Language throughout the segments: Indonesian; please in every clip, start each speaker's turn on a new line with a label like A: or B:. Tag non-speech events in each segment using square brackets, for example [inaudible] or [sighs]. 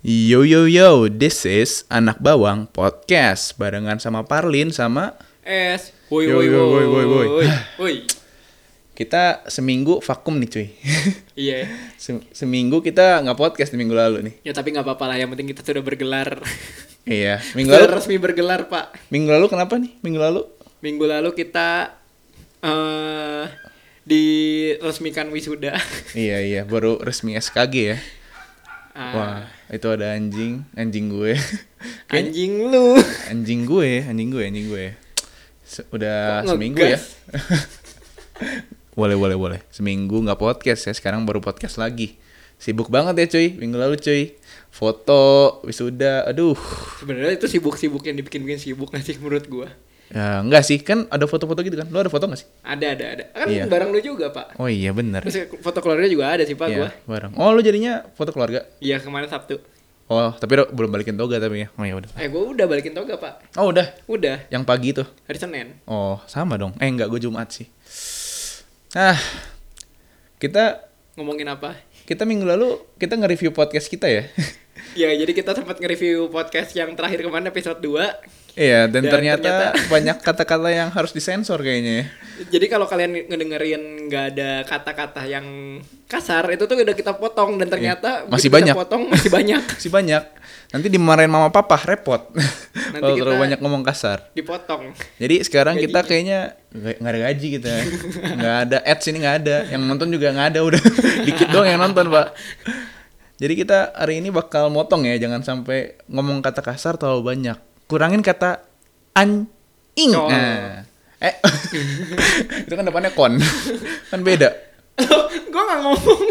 A: Yo yo yo, this is Anak Bawang Podcast barengan sama Parlin sama
B: Es. Woi
A: Yo,
B: woi
A: yo,
B: woi
A: woi,
B: woi
A: woi, woi.
B: woi. [sighs] Woi.
A: kita seminggu vakum nih cuy. [laughs]
B: Iya.
A: Se- seminggu kita nggak podcast di minggu lalu nih.
B: Ya tapi nggak apa-apa lah. Yang penting kita sudah bergelar.
A: Iya, [laughs] minggu
B: Sudah
A: lalu
B: resmi bergelar pak.
A: minggu lalu kenapa nih? Minggu lalu
B: Minggu lalu kita eh diresmikan
A: [laughs]
B: wisuda.
A: Iya iya, baru resmi SKG ya.
B: Ah,
A: Wah, itu ada anjing, anjing gue. [laughs] Kayaknya-
B: Anjing lu.
A: anjing gue, anjing gue, anjing gue. Se- udah
B: Kok
A: seminggu ya. [laughs]
B: ngegas?
A: boleh boleh boleh. Seminggu nggak podcast ya, sekarang baru podcast lagi. Sibuk banget ya cuy, minggu lalu cuy. Foto, wisuda, aduh.
B: Sebenarnya itu sibuk-sibuk yang dibikin-bikin sibuk nggak sih menurut gua.
A: Ya, enggak sih, kan ada foto-foto gitu kan. Lu ada foto nggak sih?
B: Ada ada ada. Kan
A: Iya.
B: barang lu juga pak.
A: Oh iya bener.
B: Terus ya, foto keluarga juga ada sih pak gua.
A: Iya, bareng. Oh, lu jadinya foto keluarga.
B: Iya kemarin Sabtu.
A: Oh, tapi lu belum balikin toga tapi ya. Oh ya udah.
B: Eh gua udah balikin toga pak.
A: Oh, udah.
B: Udah
A: Yang pagi tuh.
B: hari Senin.
A: Oh, sama dong. Eh, enggak, gue Jumat sih. Ah, kita
B: Ngomongin apa?
A: kita minggu lalu kita nge-review podcast kita ya.
B: Ya, jadi kita sempat nge-review podcast yang terakhir kemarin episode
A: [laughs]
B: 2.
A: Iya, dan,
B: Dan
A: ternyata,
B: ternyata-
A: banyak kata-kata yang harus disensor kayaknya ya.
B: Jadi kalau kalian ngedengerin nggak ada kata-kata yang kasar, itu tuh udah kita potong dan
A: Iya.
B: ternyata
A: Masih banyak.
B: begitu Kita potong masih
A: [laughs]
B: banyak
A: Masih banyak. Nanti dimarahin mama papa repot. Kalau terlalu
B: kita-
A: banyak ngomong kasar.
B: dipotong.
A: Jadi sekarang
B: Gajinya.
A: kita kayaknya nggak nggak ada gaji kita,
B: [laughs]
A: nggak ada ads ini nggak ada, yang nonton juga nggak ada udah [laughs] dikit doang yang nonton pak. Jadi kita hari ini bakal motong ya, jangan sampai ngomong kata kasar terlalu banyak. Kurangin kata anjing.
B: Col.
A: Nah. Eh, [laughs] itu kan depannya kon, kan beda.
B: Gue nggak ngomong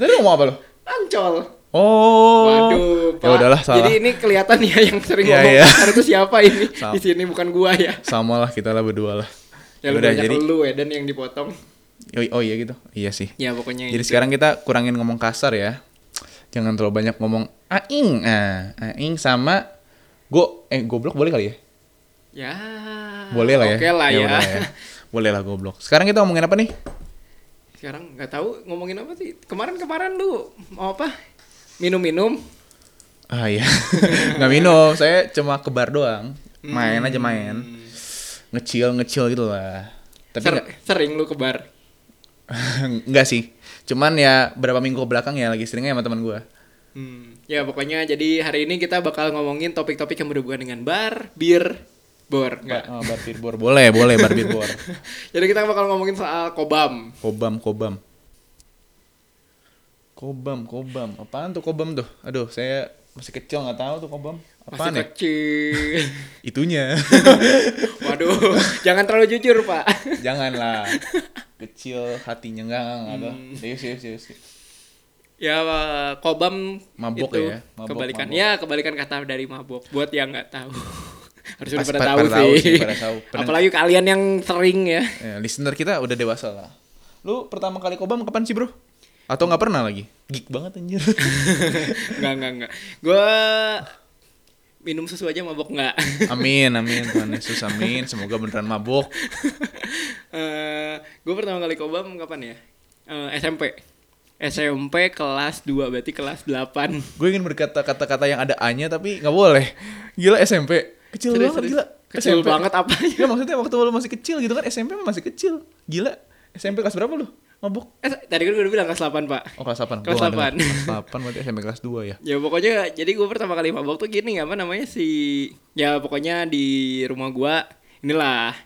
A: Tadi ngomong apa lo?
B: ancol.
A: Oh,
B: Waduh, Pak.
A: ya udahlah salah.
B: Jadi ini kelihatan ya yang sering
A: Iya,
B: ngomong
A: iya.
B: kasar itu siapa ini?
A: [laughs] Salah.
B: Di sini bukan gua ya.
A: Sama lah kita lah berdua lah.
B: Ya lu
A: Yaudah,
B: banyak
A: jadi,
B: lu ya dan yang dipotong.
A: oh iya gitu, iya sih.
B: Ya pokoknya
A: Jadi
B: gitu.
A: sekarang kita kurangin ngomong kasar ya. Jangan terlalu banyak ngomong aing. Ah, aing sama go eh goblok boleh kali ya?
B: ya
A: Boleh lah ya.
B: Oke lah ya.
A: boleh lah ya. Boleh lah goblok. Sekarang kita ngomongin apa nih?
B: Sekarang nggak tahu ngomongin apa sih. Kemarin-kemarin lu mau apa? Minum-minum.
A: Ah iya. [laughs] Nggak minum, saya cuma ke bar doang. Main
B: Hmm.
A: aja main. Ngecil ngecil gitu lah. Tapi
B: Ser-
A: nggak [laughs]
B: sering lu ke bar.
A: nggak sih. Cuman ya berapa minggu belakang ya lagi seringnya sama teman gua.
B: Hmm. Ya pokoknya jadi hari ini kita bakal ngomongin topik-topik yang berhubungan dengan bar, bir, bor. Enggak.
A: Oh, bar birbor. Boleh, boleh bar birbor.
B: [laughs] jadi kita bakal ngomongin soal kobam.
A: Kobam, kobam. Kobam, kobam. Apaan tuh kobam tuh? Aduh, saya masih kecil nggak tahu tuh kobam. Apaan
B: Masih
A: ya? [laughs]
B: kecil.
A: Itunya.
B: Waduh, jangan terlalu jujur, Pak.
A: Janganlah. Kecil hatinya enggak enggak enggak. ada. Serius, serius, serius.
B: Ya eh, kobam
A: Mabok
B: itu
A: ya, mabok,
B: kebalikan.
A: mabok.
B: Ya, kebalikan kata dari mabok. Buat yang nggak tahu. [laughs] Harus udah
A: Pas-
B: pada
A: pada
B: tahu
A: tahu sih,
B: sih.
A: pada tahu. Pernah-
B: Apalagi kalian yang sering ya.
A: Eh, listener kita udah dewasa lah. Lu pertama kali kobam kapan sih, Bro? Atau nggak pernah lagi? Geek banget anjir.
B: Enggak, enggak, enggak. Gua minum susu aja mabok enggak.
A: amin, amin Tuhan Yesus, amin. Semoga beneran mabok.
B: [laughs] eh gue pertama kali kobam kapan ya? Eh, SMP. SMP kelas 2 berarti kelas 8.
A: Gue ingin berkata kata-kata yang ada A-nya tapi nggak boleh. Gila SMP. Kecil
B: Serius,
A: banget
B: serius.
A: gila.
B: Kecil
A: SMP.
B: banget apanya?
A: Gak maksudnya waktu lu masih kecil gitu kan SMP masih kecil. Gila. SMP kelas berapa lu? Mabuk.
B: Eh, tadi kan gue udah bilang kelas 8, Pak.
A: Oh kelas 8.
B: Kelas
A: delapan
B: 8.
A: Kelas 8 berarti SMP kelas 2 ya.
B: Ya pokoknya jadi gue pertama kali mabok tuh gini apa namanya si ya pokoknya di rumah gua inilah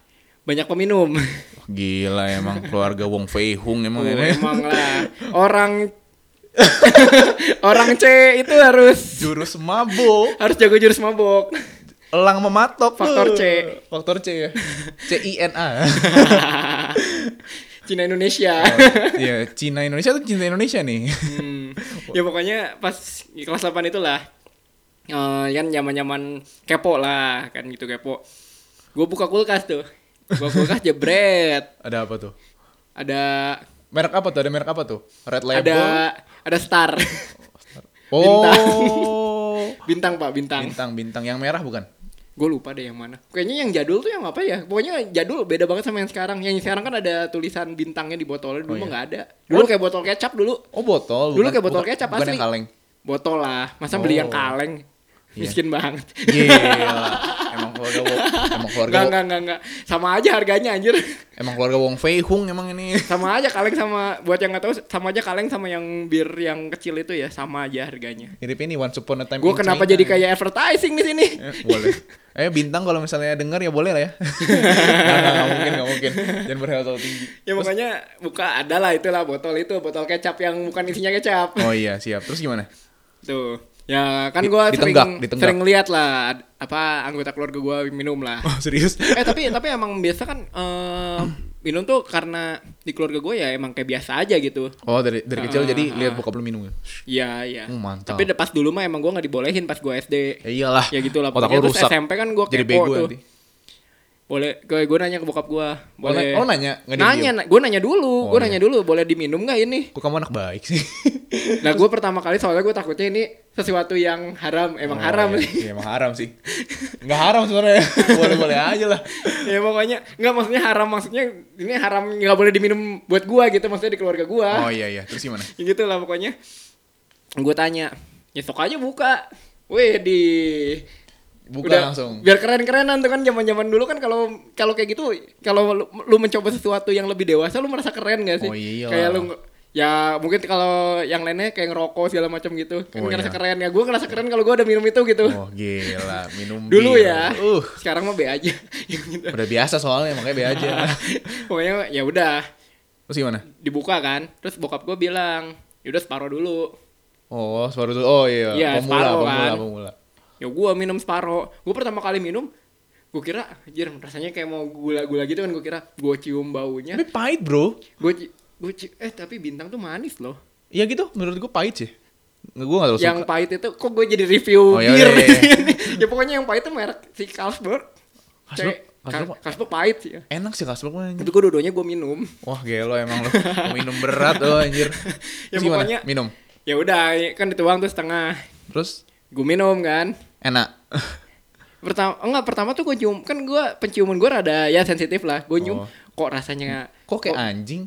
B: banyak peminum.
A: Wah, Gila emang keluarga Wong Fei Hung
B: [laughs]
A: emang ya?
B: Oh,
A: ini.
B: emang lah orang [laughs] orang C itu harus
A: [laughs] Jurus mabuk.
B: harus jago jurus mabok.
A: Elang mematok.
B: Faktor
A: tuh.
B: C.
A: Faktor C
B: [laughs]
A: ya. C I N A.
B: [laughs] Cina Indonesia.
A: Iya, Cina Indonesia tuh Cina Indonesia nih.
B: Hmm. ya pokoknya pas di kelas 8 itulah eh kan nyaman-nyaman kepo lah kan gitu kepo gue buka kulkas tuh buka kulkas jebret
A: Ada apa tuh?
B: ada
A: Merek apa tuh? Ada merek apa tuh? Red Label.
B: ada ada
A: [laughs]
B: star
A: Oh.
B: bintang pak
A: [laughs]
B: bintang
A: Bintang bintang yang merah bukan?
B: gue lupa deh yang mana kayaknya yang jadul tuh yang apa ya pokoknya jadul beda banget sama yang sekarang yang sekarang kan ada tulisan bintangnya di botolnya
A: Oh,
B: dulu mah
A: iya.
B: nggak ada dulu kayak botol kecap dulu
A: Oh botol.
B: Dulu
A: bukan-
B: kayak botol
A: bukan-
B: kecap
A: bukan
B: asli.
A: yang kaleng.
B: botol lah masa beli
A: Oh.
B: yang kaleng
A: Iya.
B: miskin banget
A: [laughs] Gila. emang keluarga Wong, emang keluarga
B: Enggak,
A: Wong-
B: enggak, enggak, enggak. Sama aja harganya anjir.
A: emang keluarga Wong Fei Hung emang ini. [laughs]
B: Sama aja kaleng sama buat yang nggak tahu sama aja kaleng sama yang bir yang kecil itu ya sama aja harganya.
A: Mirip ini Once Upon a Time.
B: Gue
A: in
B: kenapa
A: China.
B: jadi kayak advertising di sini?
A: [laughs] Eh, boleh. Eh bintang kalau misalnya denger ya boleh lah ya. [laughs] Nggak, nggak, nggak mungkin nggak mungkin. Jangan berhasil tinggi.
B: Ya makanya buka adalah itulah botol itu, botol kecap yang bukan isinya kecap.
A: Oh iya siap. Terus
B: [laughs]
A: gimana?
B: Tuh. Ya kan
A: Di-
B: gue sering
A: ditenggak, ditenggak.
B: sering lihat lah ad- apa anggota keluarga gue minum
A: [laughs]
B: lah.
A: Oh serius?
B: eh tapi tapi emang biasa kan eh, minum tuh karena di keluarga gue ya emang kayak biasa aja gitu.
A: Oh dari dari kecil
B: Ah,
A: jadi
B: ah.
A: lihat bokap lu minum. ya?
B: Iya iya.
A: Oh, mantap.
B: Tapi de- pas dulu mah emang gue nggak dibolehin pas gue SD.
A: Ya iyalah.
B: Ya gitu lah.
A: Otak
B: Pokoknya
A: lu
B: terus
A: rusak.
B: SMP kan gue
A: jadi
B: kepo
A: bego
B: tuh.
A: nanti.
B: Boleh. Gue gue nanya ke bokap gue. Boleh.
A: Oh, na- oh, nanya? Nggak diem-diem?
B: nanya. gue nanya
A: Oh,
B: dulu. gue
A: iya.
B: nanya dulu. Boleh diminum nggak ini?
A: Kok kamu anak baik sih?
B: Nah gue pertama kali soalnya gue takutnya ini sesuatu yang haram. Emang
A: Oh,
B: haram.
A: Iya, Iya, emang haram sih. Enggak haram sebenarnya. Boleh-boleh aja lah.
B: [laughs] ya pokoknya nggak maksudnya haram maksudnya ini haram nggak boleh diminum buat gue gitu maksudnya di keluarga gue.
A: Oh
B: [laughs]
A: iya iya, terus gimana?
B: Ya gitu lah pokoknya. Gue tanya. Ya sok aja buka. Wih di
A: Buka
B: Udah,
A: langsung.
B: Biar keren-kerenan tuh kan zaman-zaman dulu kan kalau kalau kayak gitu kalau lu, lu mencoba sesuatu yang lebih dewasa lu merasa keren gak sih?
A: Oh, iyalah.
B: Kayak lu nge- ya mungkin kalau yang lainnya kayak ngerokok segala macam gitu kan
A: Oh,
B: ngerasa
A: iya.
B: keren ya gue ngerasa keren kalau gue udah minum itu gitu
A: Oh gila, minum
B: [laughs] dulu
A: bir.
B: ya
A: Uh,
B: sekarang mah be aja [laughs] Yang gitu.
A: udah biasa soalnya makanya be aja.
B: pokoknya ya udah
A: terus gimana?
B: dibuka kan terus bokap gue bilang yaudah separuh dulu
A: Oh, separuh dulu. Oh iya,
B: Iya,
A: pemula,
B: separuh,
A: pemula,
B: kan.
A: pemula.
B: ya gue minum separuh gue pertama kali minum gue kira anjir rasanya kayak mau gula-gula gitu kan gue kira gue cium baunya
A: Tapi pahit, Bro.
B: gue gue eh tapi bintang tuh manis loh
A: Ya gitu, menurut gue pahit sih. Nggak, gue gak terlalu
B: yang
A: suka.
B: pahit itu kok gue jadi review
A: Oh, iya,
B: bir
A: iya, iya.
B: [laughs] ya pokoknya yang pahit itu merek si Carlsberg
A: Carlsberg-
B: Cek,
A: Carlsberg-
B: Car- Carlsberg pahit sih ya
A: Enak sih kasbak mah. anjir.
B: itu gue dua-duanya gue minum
A: Wah, gelo emang lo. Minum berat lo anjir.
B: [laughs] Ya,
A: Terus gimana?
B: pokoknya-
A: Minum.
B: ya udah kan dituang tuh setengah
A: Terus
B: gue minum kan
A: enak. [laughs]
B: pertama oh, enggak pertama tuh gue cium kan gue penciuman gue rada ya sensitif lah gue nyium
A: Oh.
B: kok rasanya
A: Kok kayak
B: Oh.
A: anjing?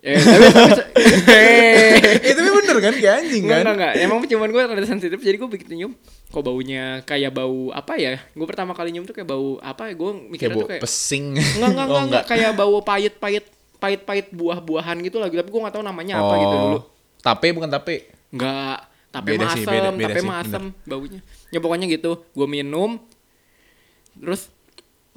B: eh, tapi, [laughs] tapi
A: Eh, tapi bener kan kayak anjing
B: Enggak, enggak, enggak. Emang penciuman gue rada sensitif, jadi gue begitu nyium. Kok baunya kayak bau apa ya? Gue pertama kali nyium tuh kayak bau apa ya? Gue
A: Kayak
B: mikirnya
A: bau
B: tuh kayak... [laughs]
A: pesing.
B: Enggak, enggak,
A: Oh,
B: enggak, enggak. Kayak bau pahit-pahit pahit-pahit buah-buahan gitu lah. Tapi gue gak tahu namanya apa gitu
A: Oh,
B: dulu.
A: Tape bukan tape.
B: Enggak. Tapi
A: Beda
B: masem,
A: sih, beda- beda
B: tapi
A: sih,
B: masem baunya. Ya pokoknya gitu. Gue minum. Terus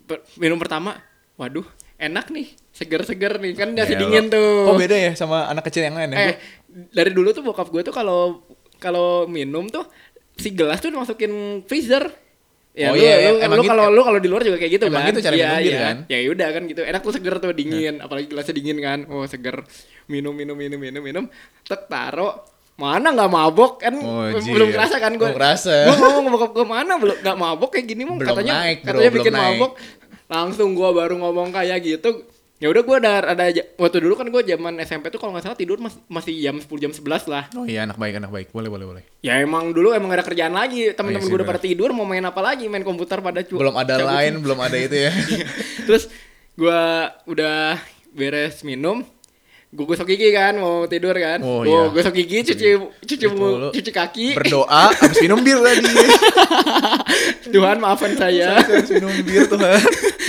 B: per- minum pertama, waduh, enak nih. Seger-seger nih. Kan udah
A: Gelo.
B: dingin tuh.
A: Iya, Oh, beda ya sama anak kecil yang lain ya.
B: Eh, dari dulu tuh bokap gue tuh kalau kalau minum tuh si gelas tuh dimasukin freezer. Ya,
A: Oh
B: lu,
A: iya,
B: lu,
A: emang
B: lu
A: gitu-
B: kalau lu kalau di luar juga kayak gitu
A: emang
B: kan.
A: gitu cara
B: Iya,
A: minum bir
B: iya.
A: kan? Nah.
B: Ya udah kan gitu. Enak tuh seger tuh dingin, apalagi gelasnya dingin kan. Oh, seger. Minum minum minum minum minum. Tek taro. Mana nggak mabok kan
A: Oh, jir.
B: belum kerasa kan gue.
A: Belum kerasa.
B: Gue ngomong ke bokap gue mana belum nggak mabok kayak gini mau
A: Belum
B: katanya
A: naik, bro,
B: katanya
A: belum
B: bikin
A: naik.
B: mabok langsung gua baru ngomong kayak gitu ya udah gua ada ada aja- waktu dulu kan gua zaman SMP tuh kalau nggak salah tidur mas- masih jam 10 jam 11 lah
A: Oh iya, anak baik, anak baik. Boleh, boleh, boleh.
B: ya emang dulu emang gak ada kerjaan lagi
A: Iya
B: temen-temen
A: sih,
B: gua udah
A: bener.
B: pada tidur mau main apa lagi main komputer pada cu-
A: Belum ada
B: cabut.
A: lain, belum ada itu ya.
B: [laughs] terus gua udah beres minum gua gosok gigi kan mau tidur kan
A: Oh,
B: Gua
A: iya.
B: gosok gigi cuci cuci
A: Cuci
B: mu-
A: mulut.
B: cuci
A: Gitu
B: kaki
A: Berdoa habis minum bir tadi.
B: [laughs] Tuhan maafkan
A: [laughs]
B: saya
A: Habis minum bir Tuhan.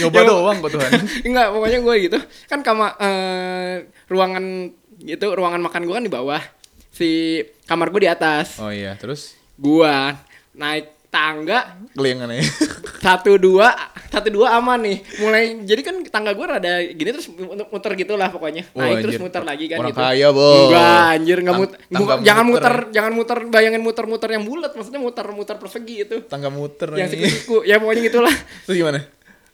A: Nyoba
B: Ya,
A: doang kok
B: [laughs]
A: Tuhan.
B: Enggak, pokoknya gue gitu. Kan kamar ruangan gitu, ruangan makan gue kan di bawah. Si kamar gue di atas.
A: Oh iya, terus
B: Gua naik tangga
A: kelingan aja. [laughs]
B: satu dua satu dua aman nih mulai jadi kan tangga gue rada gini terus muter, muter gitu lah pokoknya
A: Oh,
B: naik
A: anjir.
B: terus muter lagi kan
A: Orang
B: gitu
A: kaya, Bo.
B: enggak anjir enggak
A: Tang-
B: mut-
A: tangga
B: bukan- jangan
A: muter. ya.
B: muter jangan muter bayangin muter muter yang bulat maksudnya muter muter persegi itu
A: Tangga muter
B: yang
A: nih.
B: siku-siku ya pokoknya gitulah
A: Terus gimana?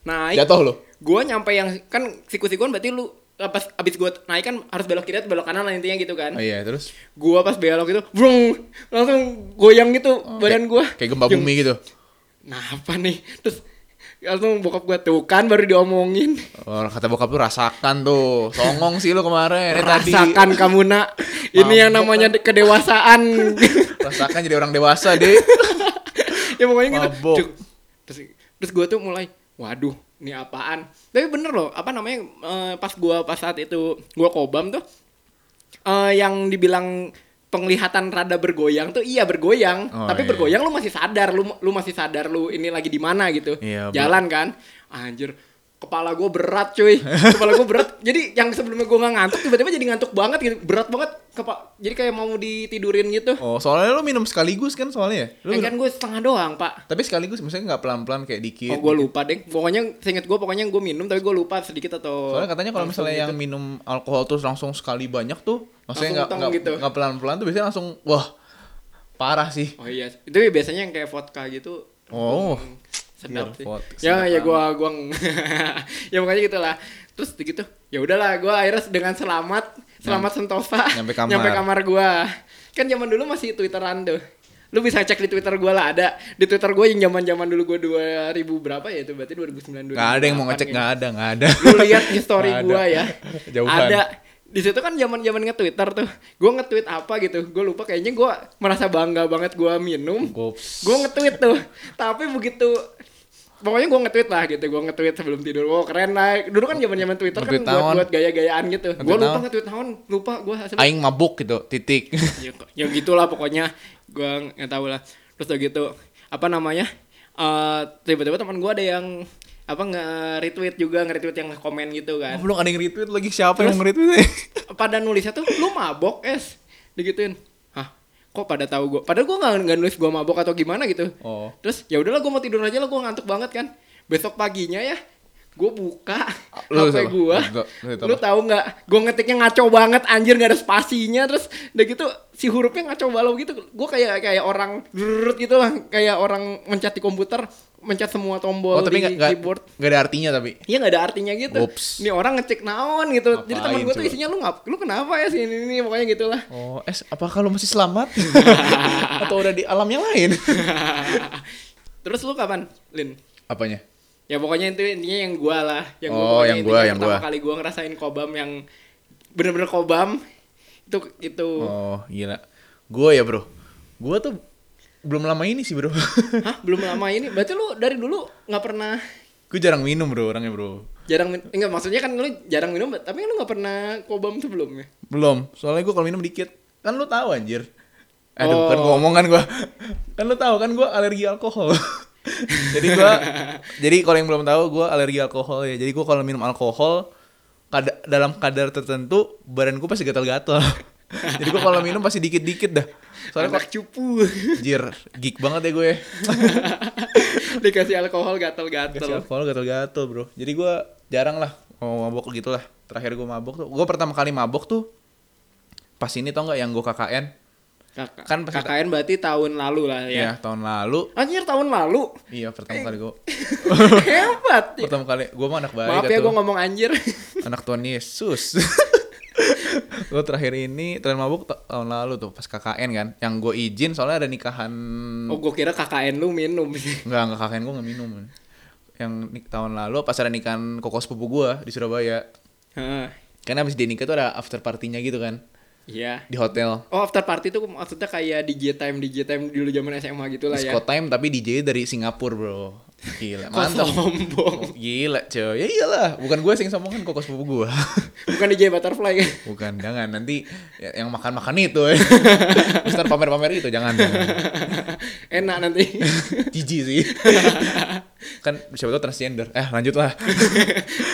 B: naik
A: Jatuh lo.
B: gue nyampe yang kan siku-sikuan berarti lu eh, pas abis gue naik kan harus belok kiri atau belok kanan lah intinya gitu kan
A: Oh iya, terus
B: gue pas belok itu brung langsung goyang gitu badan gue
A: Oh, kayak gempa bumi gitu.
B: nah apa nih terus langsung bokap gue tuh kan baru diomongin
A: Orang kata bokap lu rasakan tuh. Songong sih lu kemarin. Eh, tadi.
B: rasakan kamu
A: [laughs]
B: nak ini yang namanya de- kedewasaan
A: Rasakan jadi orang dewasa, Dek.
B: ya pokoknya gitu
A: Mabok.
B: Cuk. terus terus gue tuh mulai waduh ini apaan tapi bener loh apa namanya eh, pas gue pas saat itu gue kobam tuh eh, yang dibilang penglihatan rada bergoyang tuh iya bergoyang
A: Oh,
B: tapi
A: iya.
B: bergoyang lu masih sadar lu lu masih sadar lu ini lagi di mana gitu
A: Iya, Bu.
B: jalan kan anjir kepala gue berat
A: [laughs]
B: cuy kepala gue berat jadi yang sebelumnya gue nggak ngantuk tiba-tiba jadi ngantuk banget gitu berat banget Kepa- jadi kayak mau ditidurin gitu
A: Oh, soalnya lu minum sekaligus kan soalnya. Lu
B: Eh,
A: minum-
B: kan gue setengah doang pak
A: Tapi sekaligus misalnya nggak pelan-pelan kayak dikit.
B: oh gue lupa deh pokoknya seinget gue pokoknya gue minum tapi gue lupa sedikit atau
A: Soalnya katanya kalau
B: langsung
A: misalnya
B: gitu.
A: yang minum alkohol terus langsung sekali banyak tuh, maksudnya nggak nggak
B: Langsung utang gitu.
A: nggak pelan-pelan tuh biasanya langsung wah parah sih.
B: Oh iya, itu biasanya yang kayak vodka gitu.
A: Oh.
B: Hmm,
A: Iya,
B: sedap sih.
A: vodka,
B: Ya
A: sedap
B: ya gua gua ng- [laughs] ya pokoknya gitulah. Terus gitu. Ya udahlah, gua akhirnya dengan selamat selamat sentosa [laughs]
A: nyampe kamar.
B: gua. Kan zaman dulu masih Twitteran tuh. Lu bisa cek di Twitter gua lah ada. Di Twitter gua yang zaman-zaman dulu gua 2000 berapa ya itu berarti 2009
A: Nggak ada yang mau
B: 2008
A: ngecek,
B: gitu
A: nggak ada, nggak ada.
B: lu lihat di story
A: Nggak ada.
B: gua ya
A: Jauhan.
B: ada di situ kan zaman zaman nge-twitter tuh gua nge-tweet apa gitu gue lupa kayaknya gua merasa bangga banget gua minum
A: [laughs] Gops.
B: gua nge-tweet tuh tapi begitu pokoknya gua nge-tweet lah gitu gua nge-tweet sebelum tidur wow keren lah dulu kan zaman zaman twitter
A: Nge-tweet
B: kan buat
A: naon?
B: buat gaya-gayaan gitu gua
A: Nge-tweet
B: lupa
A: naon?
B: nge-tweet tahun lupa gua asal-
A: Aing mabuk gitu,
B: [laughs]
A: titik.
B: ya, ya gitulah pokoknya gua nggak tahu lah terus udah gitu apa namanya Eh tiba-tiba teman gua ada yang apa nge-retweet juga nge-retweet yang komen gitu
A: Oh,
B: kan
A: belum ada yang retweet lagi siapa yang mau retweet?
B: pada nulisnya tuh lu mabok es digituin hah kok pada tahu gue padahal gue nggak nggak nulis gue mabok atau gimana gitu
A: Oh.
B: terus ya udahlah gue mau tidur aja lah gue ngantuk banget kan besok paginya ya gue buka
A: Ah, Lu
B: hp
A: apa?
B: gue
A: Lu- lu apa?
B: lu tahu nggak gue ngetiknya ngaco banget anjir nggak ada spasinya terus udah gitu si hurufnya ngaco balau gitu gue kayak kayak orang drrrrrrrrrrrrrrrrrrrrrrrrrrrrrrrrrrrrrrrrrrrrrrrrrrrrrrrrrrrrrrrrrrr gitu lah kayak orang mencet di komputer mencet semua tombol
A: Oh, tapi
B: di
A: nggak nggak
B: keyboard
A: nggak ada artinya tapi.
B: Iya nggak ada artinya gitu.
A: Ups.
B: Nih orang ngecek naon gitu. Jadi
A: Ngapain
B: teman gue tuh
A: coba?
B: isinya lu ngap, lu kenapa ya sih ini, ini pokoknya gitulah.
A: Oh, es, apakah lu masih selamat?
B: [laughs]
A: Atau udah di alam yang lain?
B: Terus lu kapan, Lin?
A: Apanya?
B: Ya pokoknya itu intinya yang gua lah, yang gua
A: Oh,
B: pokoknya
A: yang
B: intinya
A: gua, yang
B: pertama
A: gua.
B: kali gua ngerasain kobam yang bener-bener kobam itu itu.
A: Oh, gila. Gue ya, Bro. Gue tuh belum lama ini sih, Bro. [laughs]
B: Hah, belum lama ini. Berarti lu dari dulu nggak pernah
A: gue jarang minum, Bro, orangnya, Bro.
B: jarang min- enggak maksudnya kan lu jarang minum tapi lu nggak pernah kobam sebelumnya.
A: Belum. Soalnya gue kalau minum dikit. Kan lu tahu anjir.
B: Oh.
A: Aduh, kan gue ngomong kan gue. Kan lu tahu kan gue alergi alkohol. [laughs] jadi gue, jadi kalau yang belum tahu gue alergi alkohol ya. Jadi gue kalau minum alkohol kada, dalam kadar tertentu badan gue pasti gatal-gatal. [laughs] jadi gue kalau minum pasti dikit-dikit dah. Soalnya
B: Anak cupu [laughs]
A: Anjir, geek banget ya gue.
B: dikasih alkohol gatel-gatel.
A: Kasih alkohol gatel-gatel bro. Jadi gue jarang lah mau mabok gitu lah. Terakhir gue mabok tuh, gue pertama kali mabok tuh pas ini tau nggak yang gue KKN?
B: Kakak.
A: Kan pas-
B: KKN berarti tahun lalu lah
A: Ya
B: ya.
A: tahun lalu.
B: Anjir tahun lalu.
A: Iya pertama kali gue.
B: Hebat. ya.
A: Pertama kali gue mah anak baik.
B: Maaf ya
A: atuh.
B: gue ngomong anjir.
A: Anak Tuhan Yesus.
B: [laughs]
A: gue terakhir ini terakhir mabuk ta- tahun lalu tuh pas KKN kan. Yang gue izin soalnya ada nikahan.
B: Oh gue kira KKN lu minum. [laughs]
A: Enggak, enggak KKN gue nggak minum. Yang ni- tahun lalu pas ada nikahan koko sepupu gue di Surabaya.
B: Hah,
A: Karena abis dia nikah tuh ada after partinya gitu kan
B: Iya.
A: di hotel.
B: Oh after party tuh maksudnya kayak DJ time DJ time dulu zaman SMA gitu lah ya.
A: Disco time tapi DJ dari Singapura bro. Gila,
B: [laughs] Kok
A: mantap.
B: sombong.
A: Gila cuy, ya iyalah. Bukan gue sih yang sombong kan kokos sepupu gue.
B: Bukan DJ butterfly kan.
A: [laughs] Bukan, jangan. Nanti ya- yang makan-makan itu. [laughs] Ya. Terus ntar pamer-pamer itu, jangan. jangan.
B: Enak
A: [laughs]
B: nanti.
A: Jijik
B: [laughs]
A: sih. kan siapa tau transgender. Eh lanjut lah.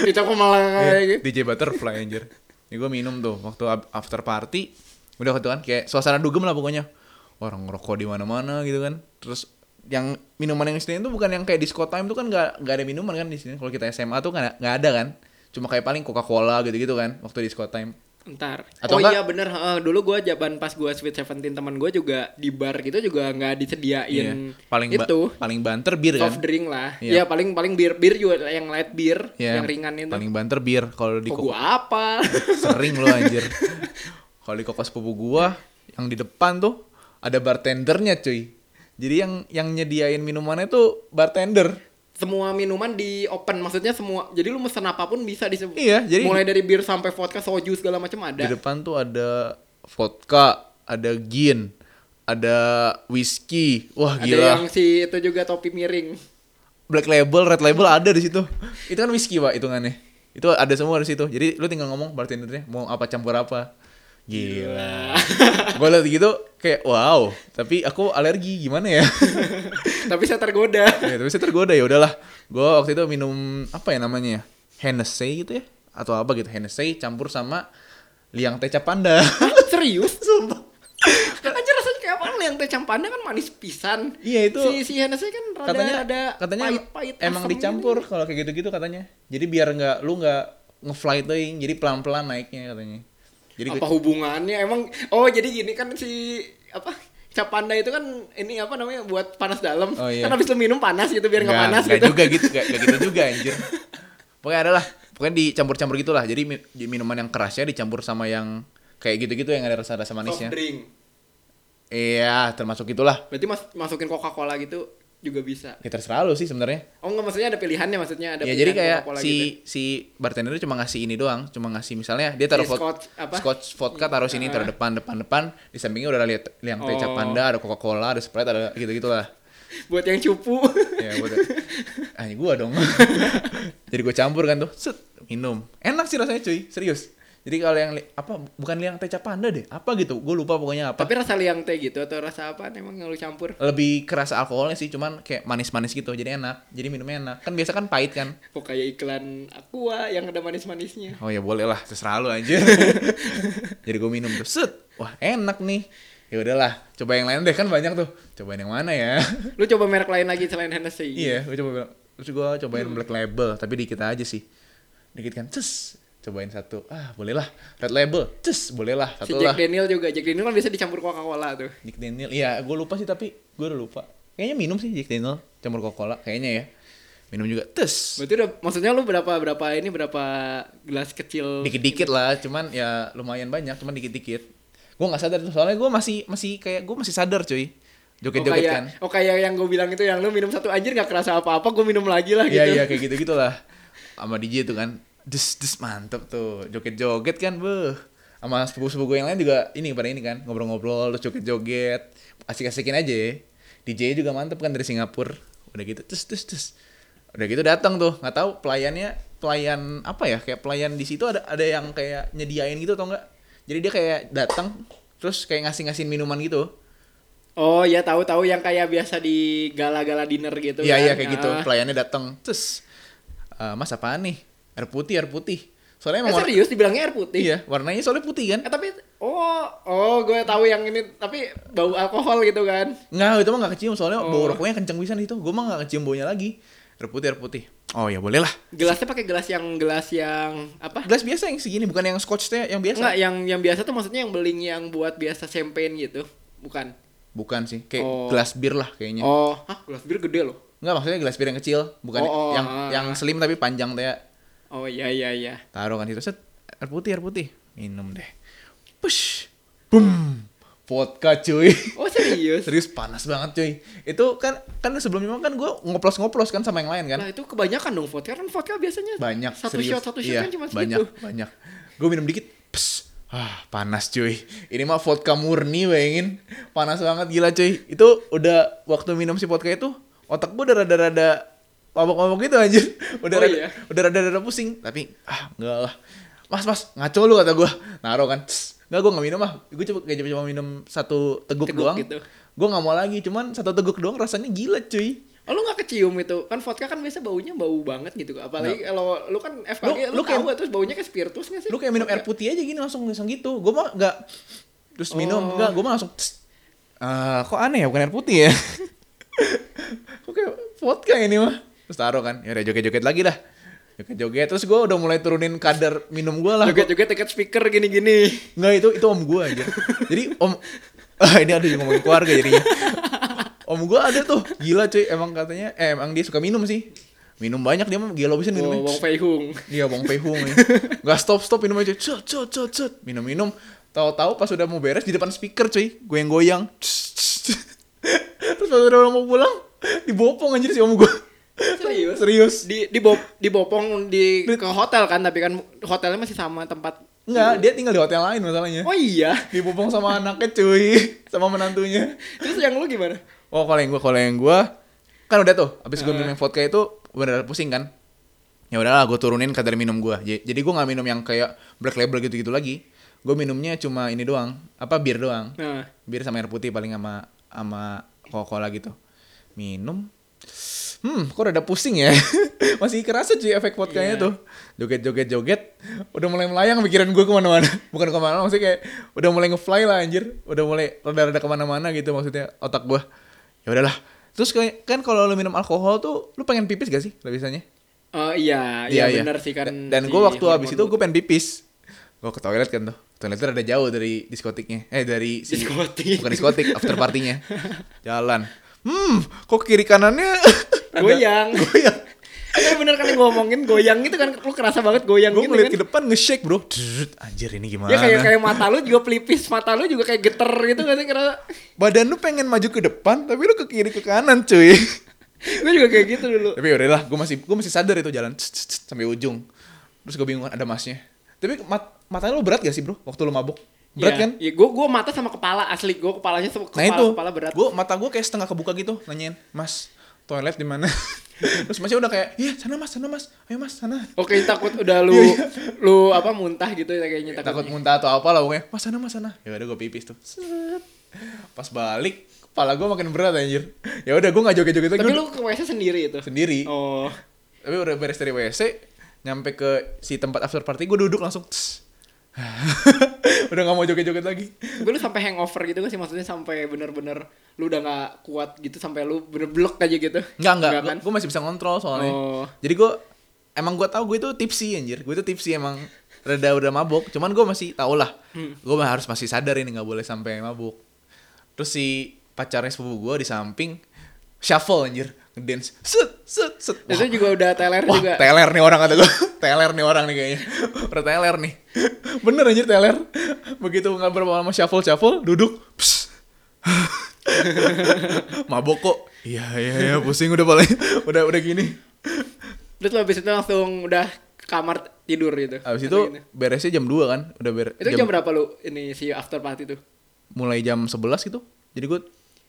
B: Itu kok malah kayak
A: Iya,
B: gitu.
A: DJ Butterfly anjir. Ya gue minum tuh waktu ab- after party. Udah gitu kan kayak suasana dugem lah pokoknya. Orang ngerokok di mana-mana gitu kan. Terus yang minuman yang sini tuh bukan yang kayak disco time tuh kan nggak nggak ada minuman kan di sini. Kalau kita SMA tuh nggak nggak ada kan. Cuma kayak paling Coca-Cola gitu-gitu kan waktu disco time.
B: Ntar.
A: Atau
B: oh
A: enggak-
B: iya bener. heeh, dulu gue jaban pas gue Sweet Seventeen teman gue juga di bar gitu juga nggak disediain
A: Iya. Paling ba-
B: itu.
A: paling banter bir kan.
B: soft drink lah.
A: Iya.
B: Iya paling paling bir bir juga yang light beer
A: Iya,
B: yang ringan itu.
A: Paling banter bir kalau di
B: Kok
A: Coca-
B: gue apa? [laughs]
A: sering lu anjir kalau di kokos sepupu gua yang di depan tuh ada bartendernya cuy jadi yang yang nyediain minumannya tuh bartender
B: semua minuman di open maksudnya semua jadi lu mesen apapun bisa di
A: Iya, jadi- Gitu.
B: mulai dari bir sampai vodka soju segala macam
A: di
B: ada
A: depan tuh ada vodka ada gin ada whisky wah
B: ada
A: gila
B: yang si itu juga topi miring [laughs]
A: black label red label ada di situ itu kan whisky pak hitungannya itu ada semua di situ jadi lu tinggal ngomong bartendernya mau apa campur apa Gila. gue liat gitu kayak wow, tapi aku alergi gimana ya?
B: [laughs] Tapi saya tergoda.
A: ya tapi saya tergoda ya udahlah. Gue waktu itu minum apa ya namanya? ya? Hennessy gitu ya atau apa gitu Hennessy campur sama liang teh capanda.
B: Serius?
A: Sumpah.
B: Anjir rasanya kayak apa yang teh campanda kan manis pisan.
A: Iya, itu-
B: Si si Hennessy kan rada
A: katanya
B: rada
A: katanya em-
B: pahit-pahit
A: emang
B: asam gitu.
A: dicampur kalau kayak gitu-gitu katanya. Jadi biar nggak lu nggak ngeflying, jadi pelan-pelan naiknya katanya. Jadi
B: gitu. Apa hubungannya emang Oh, jadi gini kan si apa Capanda itu kan ini apa namanya buat panas dalam.
A: Oh, iya.
B: Kan habis lu minum panas gitu biar nggak panas
A: nggak
B: gitu.
A: juga gitu, nggak nggak gitu juga anjir. Pokoknya adalah, pokoknya dicampur-campur gitulah. Jadi mi- di- minuman yang kerasnya dicampur sama yang kayak gitu-gitu yang ada rasa-rasa
B: Soft
A: manisnya.
B: drink.
A: Iya, termasuk itulah.
B: Berarti mas masukin Coca-Cola gitu juga bisa.
A: Ya terserah lu sih sebenarnya.
B: Oh enggak maksudnya ada pilihannya maksudnya ada
A: Ya
B: pilihan
A: jadi kayak
B: Coca-Cola
A: si
B: gitu.
A: si bartender itu cuma ngasih ini doang, cuma ngasih misalnya dia taruh
B: Si
A: vod-
B: Scotch apa? Iya. Ah.
A: Scotch vodka taruh sini, taruh depan depan depan, di sampingnya udah lihat liang teh
B: Oh.
A: capanda, ada Coca-Cola, ada Sprite, ada gitu-gitulah.
B: [laughs] buat yang cupu.
A: ya buat ah ini gua dong [laughs] jadi gua campur kan tuh set minum enak sih rasanya cuy serius jadi kalau yang li- apa bukan liang teh capanda deh apa gitu gua lupa pokoknya apa
B: [laughs] Tapi rasa liang teh gitu atau rasa apa emang yang lu campur?
A: lebih kerasa alkoholnya sih cuman kayak manis-manis gitu jadi enak jadi minumnya enak kan biasa kan pahit kan
B: Kok Oh, kayak iklan Aqua yang ada manis-manisnya.
A: oh ya boleh lah terserah lu aja jadi gua minum tuh set wah enak nih ya udahlah coba yang lain deh kan banyak tuh cobain yang mana ya
B: Lu coba merek lain lagi selain Hennessy.
A: Iya, gue coba bilang. Terus gue cobain black label, tapi dikit aja sih. Dikit kan, cus. Cobain satu, ah bolehlah. Red label, cus, bolehlah.
B: Si
A: Satu
B: Jack
A: lah.
B: Daniel juga. Jack Daniel kan biasa dicampur Coca-Cola tuh.
A: Jack Daniel, iya gue lupa sih tapi gue udah lupa. Kayaknya minum sih Jack Daniel, campur Coca-Cola kayaknya ya. Minum juga, tes.
B: Berarti udah maksudnya lu berapa berapa ini berapa gelas kecil?
A: Dikit-dikit lah, cuman ya lumayan banyak, cuman dikit-dikit. Gue nggak sadar tuh, soalnya gue masih masih kayak gue masih sadar cuy.
B: oh,
A: Joget-joget
B: kayak,
A: kan.
B: Oh kayak yang gue bilang itu yang lu minum satu anjir gak kerasa apa-apa, gue minum lagi lah gitu.
A: Iya iya kayak gitu gitulah. Sama DJ tuh kan. Des des mantep tuh. Joget-joget kan, beuh. Sama sepupu-sepupu gue yang lain juga ini pada ini kan, ngobrol-ngobrol, terus joget-joget. Asik-asikin aja ya. DJ juga mantep kan dari Singapura. Udah gitu, des des des. Udah gitu datang tuh, nggak tahu pelayannya pelayan apa ya? Kayak pelayan di situ ada ada yang kayak nyediain gitu atau enggak. Jadi dia kayak datang terus kayak ngasih-ngasihin minuman gitu.
B: Oh ya tahu-tahu yang kayak biasa di gala-gala dinner gitu.
A: Iya
B: kan.
A: iya kayak gitu.
B: Ah.
A: Pelayannya datang. Terus "Eh, Mas apaan nih? Air putih, air putih. Soalnya
B: Eh,
A: emang warna-
B: serius dibilangnya air putih.
A: iya, warnanya soalnya putih kan?
B: Eh, tapi oh oh gue tahu yang ini tapi bau alkohol gitu kan.
A: Enggak, itu mah gak kecium soalnya
B: Oh.
A: bau rokoknya kenceng pisan itu. Gue mah gak kecium baunya lagi. Air putih, air putih. Oh ya boleh lah.
B: Gelasnya pakai gelas yang gelas yang apa?
A: Gelas biasa yang segini bukan yang scotch teh yang biasa.
B: Enggak, yang yang biasa tuh maksudnya yang beling yang buat biasa champagne gitu. Bukan.
A: Bukan sih, kayak
B: Oh.
A: gelas bir lah kayaknya.
B: Oh, hah, gelas bir gede loh.
A: Enggak, maksudnya gelas bir yang kecil, bukan
B: Oh, oh,
A: yang
B: ah.
A: yang slim tapi panjang teh.
B: Oh iya iya iya.
A: Taruh kan situ set air putih, air putih. Minum deh. Push. Boom. Vodka cuy. [laughs]
B: Oh serius?
A: Serius panas banget cuy. Itu kan kan sebelumnya memang kan gue ngoplos-ngoplos kan sama yang lain kan.
B: Nah, itu kebanyakan dong vodka kan vodka biasanya
A: Banyak
B: satu
A: serius.
B: shot satu shot
A: Iya,
B: kan cuma
A: banyak,
B: segitu.
A: banyak. Gue minum dikit, pss, ah panas cuy. Ini mah vodka murni bayangin. Panas banget gila cuy. Itu udah waktu minum si vodka itu otak gue udah rada-rada mabok-mabok gitu anjir. Udah
B: Oh,
A: rada,
B: iya?
A: udah rada-rada pusing, tapi ah enggak lah. Mas, mas, ngaco lu kata gue. Naro kan. Tss, Enggak, gue gak minum ah. Gue coba, kayak cuma minum satu teguk,
B: Teguk
A: doang.
B: gitu.
A: Gue gak mau lagi, cuman satu teguk doang rasanya gila cuy.
B: Oh, lu gak kecium itu kan vodka kan biasa baunya bau banget gitu apalagi kalau lu kan FKG
A: Lu-
B: lu,
A: lu kayak-
B: tahu gak, terus baunya kayak spiritus gak sih
A: Lu kayak minum air putih aja gini langsung langsung gitu. Gue mah gak terus minum, enggak, gue mah langsung tss. Ah, kok aneh ya bukan air putih ya? [laughs] kok kayak vodka ini mah. Terus taruh kan, ya udah joget-joget lagi dah. Joget-joget terus gue udah mulai turunin kadar minum gue lah.
B: juga juga tiket speaker gini-gini
A: Enggak itu itu om gue aja. Jadi om [laughs] ah, ini ada ngomongin keluarga jadinya. Om gue ada tuh gila cuy emang katanya eh, emang dia suka minum sih. Minum banyak dia mah gila bisa minumnya.
B: oh, Wong Fei Hung
A: Iya Bang Pehung ya. Gak stop stop minum aja. Cut cut cut cut. Minum minum. Tahu-tahu pas udah mau beres di depan speaker cuy, goyang goyang. [laughs] Terus pas udah mau pulang, dibopong anjir si om gue.
B: Serius?
A: [laughs] Serius.
B: di di bop dibopong di ke hotel kan tapi kan hotelnya masih sama tempat
A: Enggak, dia tinggal di hotel lain masalahnya.
B: oh iya
A: Dibopong sama anaknya cuy, sama menantunya.
B: terus yang lu gimana
A: Oh kalau yang gue, kalau yang gue kan udah tuh, abis gue minum yang vodka itu bener pusing kan. Ya udahlah, gue turunin kadar minum gue. Jadi gue nggak minum yang kayak black label gitu-gitu lagi. gue minumnya cuma ini doang apa bir doang
B: Nah,
A: bir sama air putih paling sama sama coca-cola gitu minum hmm kok ada pusing ya [laughs] masih kerasa cuy efek vodkanya tuh joget joget joget udah mulai melayang pikiran gue kemana-mana [laughs] bukan kemana maksudnya kayak udah mulai ngefly lah anjir udah mulai rada-rada kemana-mana gitu maksudnya otak gue ya udahlah terus kayak- kan kalau lu minum alkohol tuh lu pengen pipis gak sih lah biasanya
B: oh iya, iya, benar sih kan.
A: dan
B: si
A: gue waktu habis
B: hormon
A: itu
B: lu-
A: gue pengen pipis gue ke toilet kan tuh toiletnya rada jauh dari diskotiknya eh dari si-
B: Diskotik.
A: bukan diskotik after
B: [laughs]
A: partinya jalan hmm kok kiri kanannya
B: Nah,
A: iya. rada-
B: Goyang.
A: goyang
B: Tapi bener kan yang ngomongin goyang itu kan lu kerasa banget goyang
A: gue
B: gitu
A: ngeliat ke
B: kan.
A: depan nge-shake bro Drrrt, anjir ini gimana
B: Ya kayak kayak mata lu juga pelipis, mata lu juga kayak geter gitu kan sih [laughs] kerasa.
A: badan lu pengen maju ke depan tapi lu ke kiri ke kanan cuy [laughs]
B: Gue juga kayak gitu dulu.
A: tapi ya udahlah gue masih gue masih sadar itu jalan Cts, cts, cts, sampai ujung terus gue bingung ada masnya tapi mat- matanya lu berat gak sih bro waktu lu mabuk berat
B: Iya.
A: kan
B: Iya, gue gua mata sama kepala asli gue kepalanya
A: Nah
B: sama kepala,
A: itu,
B: kepala berat.
A: Gua, mata gue kayak setengah kebuka gitu, nanyain, Mas, toilet di mana? [laughs] Terus masnya udah kayak, iya sana mas, sana mas, ayo mas, sana.
B: Oke takut udah lu lu apa muntah gitu ya
A: Iya,
B: kayaknya
A: Takut
B: takutnya.
A: muntah atau apa lah pokoknya, mas sana, mas sana. Ya udah gue pipis tuh. Set. Pas balik, kepala gue makin berat anjir. Ya udah gue nggak joget-joget lagi.
B: Tapi
A: gua
B: lu ke WC sendiri itu.
A: sendiri.
B: Oh.
A: Tapi udah beres dari WC, nyampe ke si tempat after party, gue duduk langsung. "Tss." [laughs] udah nggak mau joget-joget lagi.
B: Tapi lu sampai hangover gitu gak sih maksudnya sampai bener-bener lu udah gak kuat gitu sampai lu bener blok aja gitu.
A: Enggak, enggak.
B: kan?
A: Gue masih bisa ngontrol soalnya.
B: Oh.
A: Jadi gue emang gue tahu gue itu tipsi anjir. Gue itu tipsi emang rada udah mabok. Cuman gue masih tau lah.
B: Hmm.
A: Gue harus masih sadar ini nggak boleh sampai mabuk. Terus si pacarnya sepupu gue di samping shuffle anjir, ngedance. Set set set. Wah,
B: Itu juga udah teler
A: wah,
B: juga.
A: teler nih orang kata gue. [laughs] teler nih orang nih kayaknya. Udah teler nih. Bener anjir teler. Begitu nggak berapa lama shuffle shuffle, duduk. Psst. [laughs] mabok kok. Iya iya iya pusing udah paling [laughs] udah udah gini.
B: Terus lu habis itu langsung udah ke kamar tidur gitu.
A: Abis itu
B: Atau gitu.
A: beresnya jam 2 kan, udah ber
B: itu jam, berapa lu ini si after party tuh?
A: mulai jam 11 gitu. Jadi gue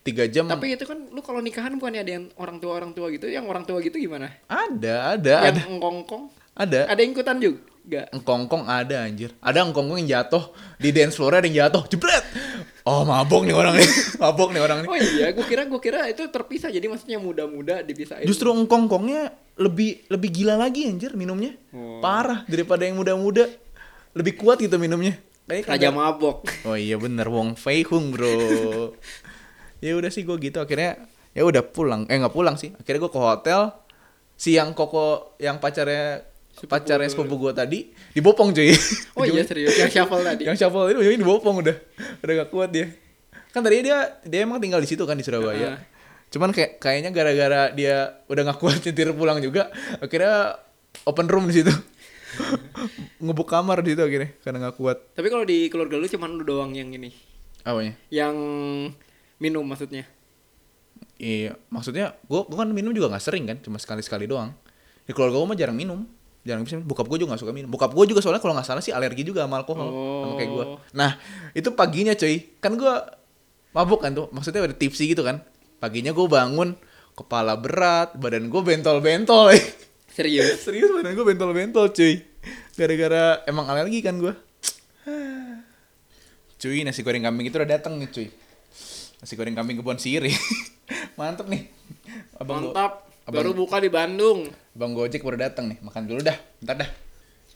A: 3 jam
B: Tapi itu kan lu kalau nikahan bukannya ada yang orang tua orang tua gitu, yang orang tua gitu gimana?
A: ada ada ada
B: Yang ngongkong?
A: ada.
B: Ada yang ikutan juga.
A: Engkongkong ada anjir. Ada engkongkong yang jatuh di dance floor ada yang jatuh. Jebret. Oh, mabok nih orang nih. [laughs] mabok nih orang nih.
B: Oh iya, gue kira gue kira itu terpisah jadi maksudnya muda-muda dipisahin.
A: Justru engkongkongnya lebih lebih gila lagi anjir minumnya.
B: Oh.
A: Parah daripada yang muda-muda. Lebih kuat gitu minumnya. Kayak
B: Raja mabok.
A: Oh iya bener Wong Fei Hung
B: [laughs]
A: bro. ya udah sih gue gitu akhirnya ya udah pulang eh nggak pulang sih akhirnya gue ke hotel si yang koko yang pacarnya pacarnya sepupu gue tadi dibopong cuy
B: Oh iya serius, yang shuffle tadi.
A: yang shuffle itu ujungnya dibopong udah udah gak kuat dia kan tadi dia dia emang tinggal di situ kan di Surabaya
B: Heeh.
A: cuman kayak kayaknya gara-gara dia udah gak kuat [laughs] nyetir pulang juga akhirnya open room di situ [laughs] ngebuk kamar di situ akhirnya karena gak kuat
B: Tapi kalau di keluarga lu cuman lu doang yang ini,
A: apanya
B: yang minum maksudnya.
A: Iya, maksudnya gua, gua kan minum juga nggak sering kan, cuma sekali sekali doang. Di keluarga gua mah jarang minum, jarang bisa. minum. Bokap gua juga nggak suka minum. Bokap gua juga soalnya kalau nggak salah sih alergi juga sama alkohol, sama kayak gua.
B: Oh.
A: Nah itu paginya cuy, kan gua mabuk kan tuh, maksudnya udah tipsi gitu kan. Paginya gua bangun, kepala berat, badan gua bentol-bentol. [laughs] eh.
B: Serius.
A: Serius badan gua bentol-bentol cuy, gara-gara emang alergi kan gua. Cuy, nasi goreng kambing itu udah dateng nih cuy. Nasi goreng kambing kebon siri. [laughs] Mantep nih. Abang, go-
B: Mantap. Baru buka di Bandung.
A: abang Gojek baru datang nih. Makan dulu dah. Ntar dah.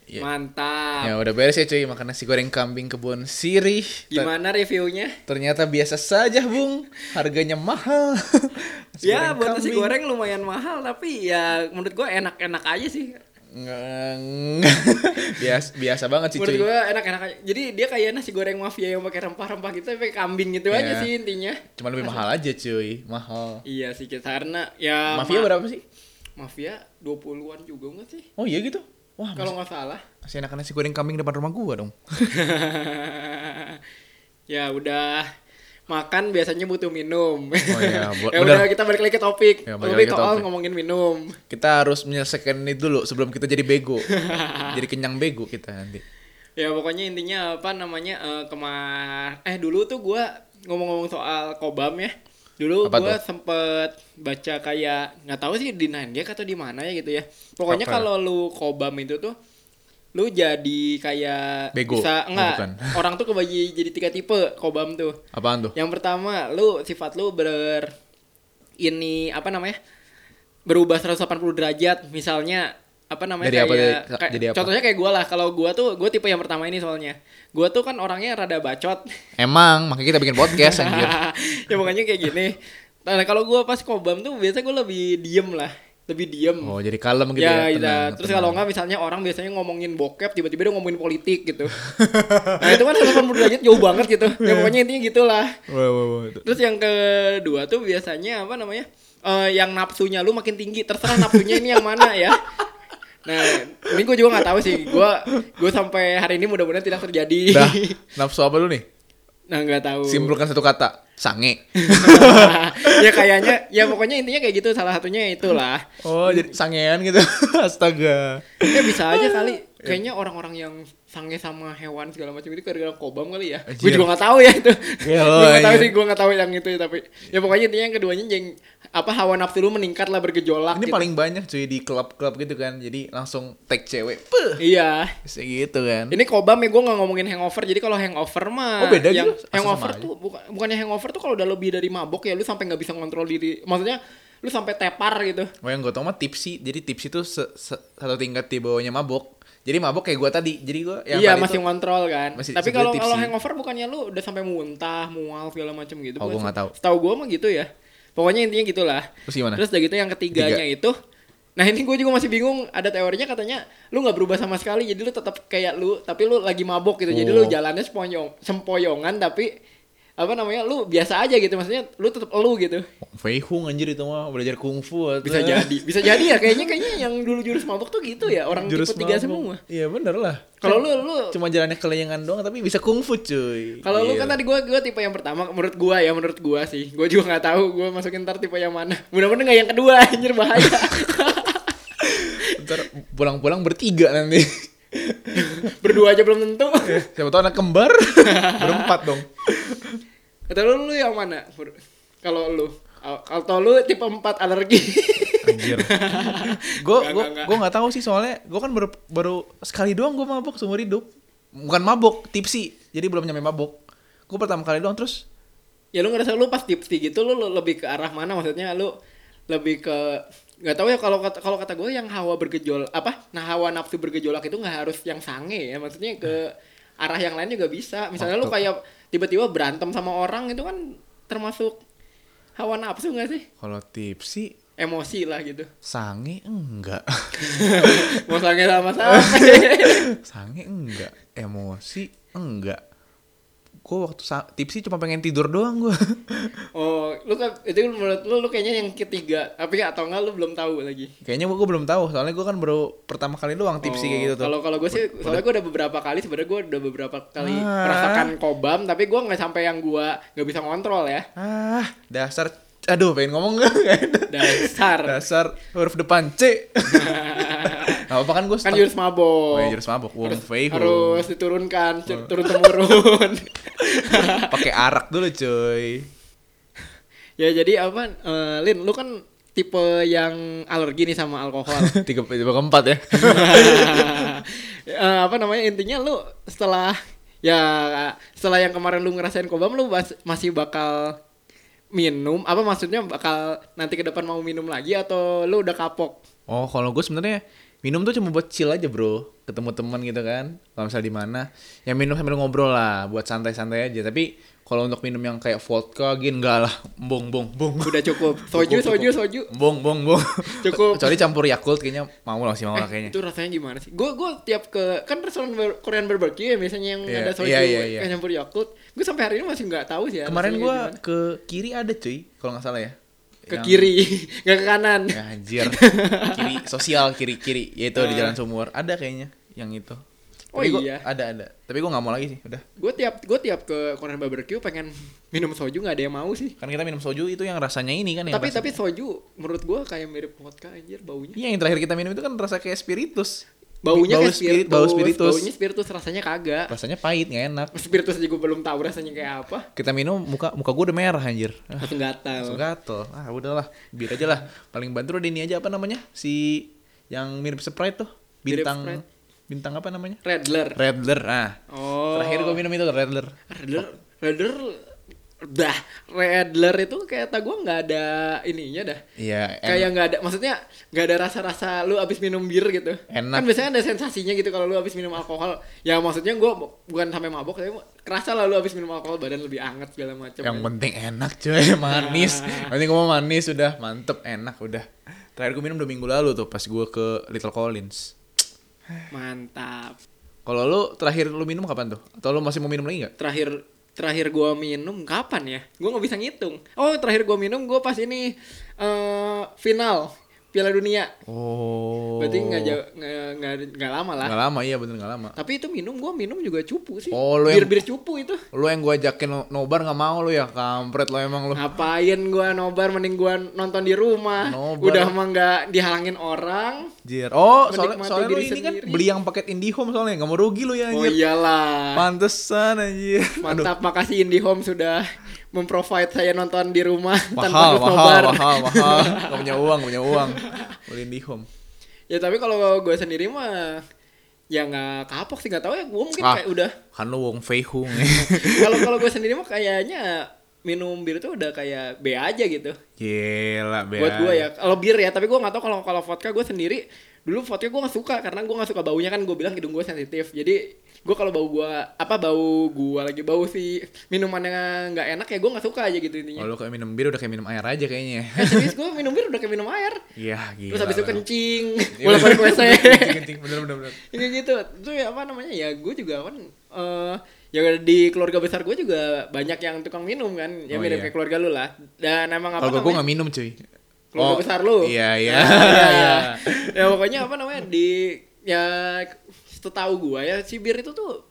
A: Iya.
B: Mantap.
A: Ya udah beres ya cuy, makan nasi goreng kambing kebon sirih. Ter-
B: Gimana reviewnya?
A: Ternyata biasa saja, Bung. Harganya mahal. [laughs] Nasi goreng
B: Ya buat nasi
A: kambing.
B: goreng lumayan mahal tapi ya menurut gue enak-enak aja sih.
A: Nge- [laughs] biasa biasa banget sih
B: Menurut
A: cuy.
B: gue enak-enak aja. Jadi dia kayak nasi goreng mafia yang pakai rempah-rempah gitu tapi kayak kambing gitu
A: Iya.
B: aja sih intinya.
A: Cuma lebih mahal aja cuy, mahal.
B: Iya sih karena ya
A: Mafia
B: ma-
A: berapa sih?
B: Mafia 20-an juga enggak sih?
A: Oh iya gitu. Wah,
B: Kalau nggak salah. [laughs]
A: masih enakan nasi goreng kambing depan rumah gua dong.
B: ya udah makan biasanya butuh minum.
A: Oh
B: [laughs]
A: iya, bu-
B: ya
A: benar.
B: udah kita balik lagi ke topik.
A: Ya,
B: Lu
A: balik lagi ke
B: soal
A: topik.
B: ngomongin minum.
A: kita harus menyelesaikan ini dulu sebelum kita jadi
B: [laughs]
A: bego jadi kenyang bego kita nanti
B: Ya pokoknya intinya apa namanya eh kemar eh dulu tuh gua ngomong-ngomong soal kobam ya. Dulu
A: Apa
B: gua sempet baca kayak nggak tahu sih di Nanggek atau di mana ya gitu ya. Pokoknya
A: Apa?
B: kalau lu kobam itu tuh lu jadi kayak
A: Bego.
B: bisa
A: Oh,
B: enggak
A: bukan. [laughs]
B: orang tuh kebagi jadi tiga tipe kobam tuh
A: Apaan tuh?
B: yang pertama lu sifat lu ber ini apa namanya berubah 180 derajat misalnya apa namanya
A: Dari
B: kayak,
A: apa, dari-
B: kayak-
A: jadi apa?
B: contohnya kayak gue lah kalau gue tuh gue tipe yang pertama ini soalnya gue tuh kan orangnya rada bacot
A: Emang, makanya kita bikin podcast anjir.
B: [laughs] ya makanya kayak gini nah kalau gue pas kobam tuh biasanya gue lebih diem lah lebih diem
A: Oh, jadi kalem gitu
B: ya,
A: ya.
B: iya.
A: tenang,
B: terus
A: tenang.
B: kalau nggak misalnya orang biasanya ngomongin bokep tiba-tiba dia ngomongin politik gitu nah itu kan 180 derajat jauh banget gitu ya pokoknya intinya gitulah
A: Wah, wah, wah. itu.
B: Terus yang kedua tuh biasanya apa namanya? Eh yang nafsunya lu makin tinggi, terserah nafsunya ini yang mana ya. Nah, ini gue juga nggak tahu sih. Gue gue sampai hari ini mudah-mudahan tidak terjadi.
A: Dah, nafsu apa lu nih?
B: [laughs] nah, nggak tahu.
A: Simpulkan satu kata. Sange.
B: [laughs] ya kayaknya ya pokoknya intinya kayak gitu salah satunya itulah.
A: Oh, jadi sangean gitu. [laughs] Astaga.
B: Ya bisa aja kali. Kayaknya orang-orang yang sange sama hewan segala macam itu kadang-kadang kobam kali ya. Gue
A: Anjir. iya.
B: juga nggak tahu ya itu.
A: Gelo,
B: gue nggak tahu
A: anjir.
B: sih, gue nggak tahu yang itu ya, tapi ya pokoknya intinya yang keduanya jeng apa hawa nafsu lu meningkat lah bergejolak.
A: Ini
B: gitu.
A: paling banyak cuy di klub-klub gitu kan. Jadi langsung tag cewek. Puh.
B: Iya.
A: Kayak gitu kan.
B: Ini kobam ya gue nggak ngomongin hangover. Jadi kalau hangover
A: Oh,
B: mah
A: beda
B: yang
A: gitu? Asal
B: hangover
A: sama aja.
B: tuh bukan bukannya hangover tuh kalau udah lebih dari mabok ya lu sampai nggak bisa ngontrol diri. Maksudnya lu sampai tepar gitu.
A: Oh yang gue tau mah tipsi. Jadi tipsi tuh se- se- satu tingkat di bawahnya mabok. Jadi mabok kayak gue tadi. Jadi gue yang
B: iya
A: tadi
B: masih
A: Ya, tuh-
B: ngontrol kan.
A: masih
B: Tapi
A: sebenarnya
B: kalau
A: tipsy.
B: kalau hangover bukannya lu udah sampai muntah, mual segala macam gitu.
A: Oh, gua
B: bukan sih?
A: nggak tahu.
B: Tahu gue mah gitu ya. Pokoknya intinya gitulah.
A: Terus gimana?
B: Terus udah gitu yang ketiganya itu Nah ini gue juga masih bingung ada teorinya katanya lu nggak berubah sama sekali jadi lu tetap kayak lu tapi lu lagi mabok gitu jadi
A: Oh.
B: lu jalannya sempoyong sempoyongan tapi apa namanya lu biasa aja gitu maksudnya lu tetap lu gitu
A: Wong Fei Hung anjir itu mah belajar kungfu. [laughs]
B: bisa jadi bisa jadi ya kayaknya kayaknya yang dulu jurus mabok tuh gitu ya orang
A: Jurus
B: tipe tiga
A: mabok.
B: semua
A: Iya bener lah.
B: kalau lu lu
A: Cuma jalannya kelayangan doang tapi bisa kungfu cuy. Iya.
B: kalau lu
A: Gila.
B: kan tadi gue gue tipe yang pertama menurut gue ya menurut gue sih gue juga nggak tahu gue masukin ntar tipe yang mana mudah-mudahan nggak yang kedua [laughs] anjir
A: [laughs]
B: bahaya
A: Ntar pulang-pulang bertiga nanti. [laughs]
B: berdua aja belum tentu
A: Siapa tahu anak kembar
B: [laughs]
A: berempat dong.
B: Atau lu, lu yang mana? Fur? Kalau lu Al- atau lu tipe 4 alergi. [laughs]
A: Anjir. Gue
B: Nggak,
A: gue
B: nggak, nggak.
A: gue nggak tahu sih soalnya gue kan baru baru sekali doang gue mabok seumur hidup. Bukan mabok, tipsi. Jadi belum nyampe mabok. Gue pertama kali doang terus
B: ya lu ngerasa lu pas tipsi gitu lu, lu lebih ke arah mana maksudnya lu lebih ke nggak tahu ya kalau kata kalau kata gue yang hawa bergejol apa nah hawa nafsu bergejolak itu nggak harus yang sange ya maksudnya ke arah yang lain juga bisa misalnya lu
A: Waktu-
B: kayak tiba-tiba berantem sama orang itu kan termasuk hawa nafsu nggak sih
A: kalau tipsi
B: emosi lah gitu
A: sange enggak. [laughs]
B: mau sange sama sange
A: sange enggak, emosi enggak. Gue waktu sa- tipsi cuma pengen tidur doang gue.
B: Oh, lu kan itu menurut lu lu kayaknya yang ketiga, tapi atau enggak lu belum tahu lagi.
A: [laughs] Kayaknya gue belum tahu soalnya gue kan baru pertama kali doang tipsi
B: Oh,
A: kayak gitu tuh.
B: Kalau kalau gue sih soalnya gue udah beberapa kali sebenarnya gue udah beberapa kali
A: Ah.
B: merasakan kobam, tapi gue nggak sampai yang gue nggak bisa ngontrol ya.
A: Ah, dasar aduh pengen ngomong nggak [laughs] ada.
B: Dasar.
A: [laughs] dasar huruf depan
B: [laughs]
A: C. Gak apa kan gue
B: kan jurus
A: Oh
B: mabok.
A: iya, jurus mabok. Oh. Wong Fei Hung.
B: harus diturunkan, tur- turun temurun. [laughs]
A: pakai arak dulu cuy. [laughs]
B: ya jadi apa? eh, Lin, lu kan tipe yang alergi nih sama alkohol.
A: Tiga tiga keempat ya.
B: [laughs] Eh, apa namanya intinya lu setelah ya setelah yang kemarin lu ngerasain kobam lu bas- masih bakal minum apa maksudnya bakal nanti ke depan mau minum lagi atau lu udah kapok
A: Oh kalau gue sebenarnya minum tuh cuma buat chill aja bro. Ketemu teman gitu kan. Kalau misalnya di mana, ya minum sambil ngobrol lah. Buat santai-santai aja. Tapi kalau untuk minum yang kayak vodka gin enggak lah. Bong bong bong.
B: udah
A: [laughs]
B: cukup soju
A: Cukup,
B: soju
A: cukup.
B: soju
A: Bong bong bong.
B: Cukup.
A: Kecuali campur Yakult kayaknya mau lah sih mau lah
B: Eh,
A: Oh, kayaknya.
B: itu rasanya gimana sih gue gue tiap ke kan restoran ber- Korean barbecue ya biasanya yang
A: Iya,
B: ada soju
A: iya, iya, iya.
B: kayak campur yakult gue sampai hari ini masih nggak tahu sih ya
A: Kemarin
B: rasanya
A: gue
B: kayak
A: ke kiri ada cuy, kalau nggak salah ya.
B: gimana. ke
A: Yang-
B: kiri [laughs] nggak ke kanan
A: Ya,
B: [laughs]
A: anjir. kiri sosial kiri kiri yaitu di Jalan Sumur. Ada kayaknya yang itu.
B: Ah. Oh
A: Tapi gua-
B: iya.
A: Ada ada. Tapi gue nggak mau lagi sih, udah.
B: gue tiap gue tiap ke Korean barbecue pengen minum soju nggak ada yang mau sih
A: Kan kita minum soju itu yang rasanya ini kan yang
B: tapi
A: rasa-
B: tapi soju menurut gua kayak mirip vodka anjir baunya.
A: Iya yang terakhir kita minum itu kan rasa kayak spiritus.
B: Baunya
A: Bau spirit-
B: kayak spiritus,
A: bau spiritus.
B: Baunya spiritus rasanya kagak.
A: Rasanya pahit nggak enak.
B: Spiritus aja gua belum tahu rasanya kayak apa.
A: Kita minum muka muka gue udah merah anjir. Ah,
B: Langsung gatal.
A: Langsung gatel. Ah udahlah, biar aja lah. Paling bantu udah ini aja apa namanya? Si yang mirip Sprite tuh.
B: Mirip
A: Bintang
B: Sprite.
A: bintang, bintang apa namanya?
B: Redler.
A: Redler. Ah.
B: Oh.
A: Terakhir gue minum itu Redler.
B: Redler, Redler, dah, Redler itu kayak tak gue nggak ada ininya dah.
A: Iya. en-
B: Kayak nggak ada, maksudnya nggak ada rasa-rasa lu abis minum bir gitu.
A: Enak.
B: Kan biasanya ada sensasinya gitu kalau lu abis minum alkohol. Ya maksudnya gue bukan sampai mabok, tapi kerasa lah lu abis minum alkohol badan lebih anget segala gitu. macam.
A: Yang penting enak cuy, [laughs] manis.
B: Ah.
A: Nanti gue mau manis udah, mantep, enak udah. Terakhir gue minum dua minggu lalu tuh pas gue ke Little Collins.
B: Mantap.
A: Kalau lu terakhir lu minum kapan tuh? Atau lu masih mau minum lagi nggak?
B: Terakhir terakhir gue minum kapan ya? Gue nggak bisa ngitung. Oh terakhir gue minum gue pas ini eh final Piala Dunia.
A: Oh.
B: Berarti nggak jauh- nggak nggak- nggak lama lah.
A: Nggak lama iya bener nggak lama.
B: Tapi itu minum gua minum juga cupu sih.
A: Oh, lu yang-
B: bir bir cupu itu.
A: Lu yang gue ajakin no- nobar nggak mau lu ya, kampret lo emang lu.
B: Ngapain gua nobar mending gua nonton di rumah.
A: Nobar.
B: Udah mah nggak dihalangin orang.
A: Jir. Oh, soalnya,
B: Menikmati
A: soalnya lu
B: diri
A: ini kan
B: sendiri.
A: beli yang paket Indihome soalnya nggak mau rugi lu ya
B: Oh
A: anjir.
B: iyalah.
A: Pantesan anjir. Aduh.
B: Mantap makasih IndiHome sudah memprovide saya nonton di rumah [laughs] tanpa
A: Mahal,
B: harus
A: mahal, mahal, mahal. Gak punya uang, nggak punya uang. Beli Indihome.
B: [laughs] Ya tapi kalau gua sendiri mah ya nggak kapok sih nggak tahu ya gua mungkin
A: Ah.
B: kayak udah
A: Kan lu Wong Fei Hung. [laughs]
B: kalau kalau gua sendiri mah kayaknya minum bir tuh udah kayak B aja gitu.
A: Gila, Bea.
B: buat gue ya kalau bir ya tapi gue nggak tahu kalau kalau vodka gue sendiri dulu vodka gue nggak suka karena gue nggak suka baunya kan gue bilang hidung gue sensitif jadi gue kalau bau gue apa bau gue lagi bau si minumannya nggak enak ya gue nggak suka aja gitu
A: Oh,
B: intinya
A: lu kayak minum bir udah kayak minum air aja kayaknya.
B: eh, serius gue minum bir udah kayak minum air
A: Iya, gila.
B: terus habis itu
A: lu.
B: kencing
A: Iya,
B: bolak balik
A: bener.
B: wc
A: [laughs]
B: [laughs]
A: Kencing, kencing, bener, bener, bener.
B: ini gitu itu ya apa namanya ya gue juga kan eh ya di keluarga besar gue juga banyak yang tukang minum kan ya
A: Oh,
B: mirip
A: iya.
B: kayak keluarga lu lah dan emang apa
A: Kalau gue
B: namanya?
A: nggak minum cuy.
B: keluarga
A: Oh,
B: besar lu.
A: Iya,
B: [laughs]
A: iya.
B: Nah,
A: [laughs] iya.
B: ya pokoknya apa namanya di ya setahu gua ya si bir itu tuh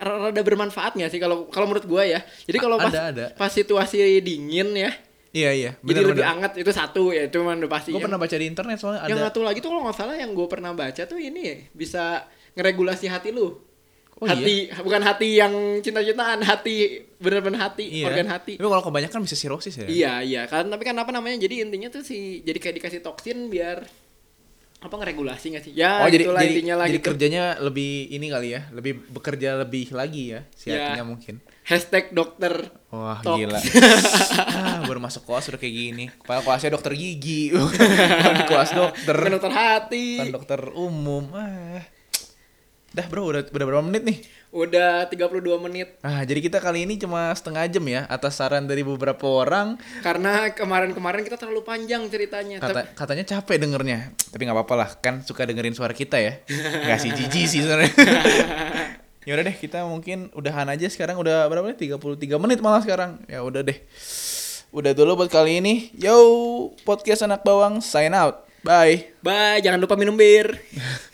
B: r- rada bermanfaat nggak sih kalau kalau menurut gua ya. Jadi kalau pas
A: Ada, ada.
B: pas situasi dingin ya,
A: Iya, iya.
B: jadi
A: Bener,
B: lebih
A: bener.
B: anget itu satu ya itu mah udah pasti.
A: Gue pernah baca di internet soalnya
B: yang
A: ada.
B: satu lagi tuh kalau nggak salah yang gua pernah baca tuh ini ya, bisa ngeregulasi hati lu.
A: Oh,
B: hati bukan hati yang cinta-cintaan, hati bener-bener hati,
A: Iya.
B: organ hati.
A: Tapi kalau kebanyakan bisa sirosis ya.
B: Iya iya kan tapi kan apa namanya jadi intinya tuh si jadi kayak dikasih toksin biar apa ngeregulasi nggak sih? Ya
A: oh jadi
B: itulah
A: jadi,
B: intinya lagi
A: jadi kerjanya lebih ini kali ya, lebih bekerja lebih lagi ya si
B: Ya.
A: hatinya mungkin.
B: hashtag dokter.
A: Wah
B: Toks. [laughs]
A: gila. ah, baru masuk kelas udah kayak gini. Kepala kelasnya dokter gigi, [laughs] Bukan kelas dokter,
B: Bukan Kan dokter hati.
A: bukan dokter umum. Ah. Dah bro, udah, udah berapa menit nih?
B: Udah 32 menit
A: Ah, jadi kita kali ini cuma setengah jam ya atas saran dari beberapa orang.
B: karena kemarin-kemarin kita terlalu panjang ceritanya. Tapi-
A: Kata, katanya capek dengernya, tapi nggak apa-apa lah, kan suka dengerin suara kita ya. Nggak sih jijik sih sebenarnya. ya udah deh, kita mungkin udahan aja sekarang udah berapa nih? 33 menit malah sekarang. Ya udah deh. Udah dulu buat kali ini. Yo, podcast anak bawang sign out. Bye.
B: Bye, jangan lupa minum bir.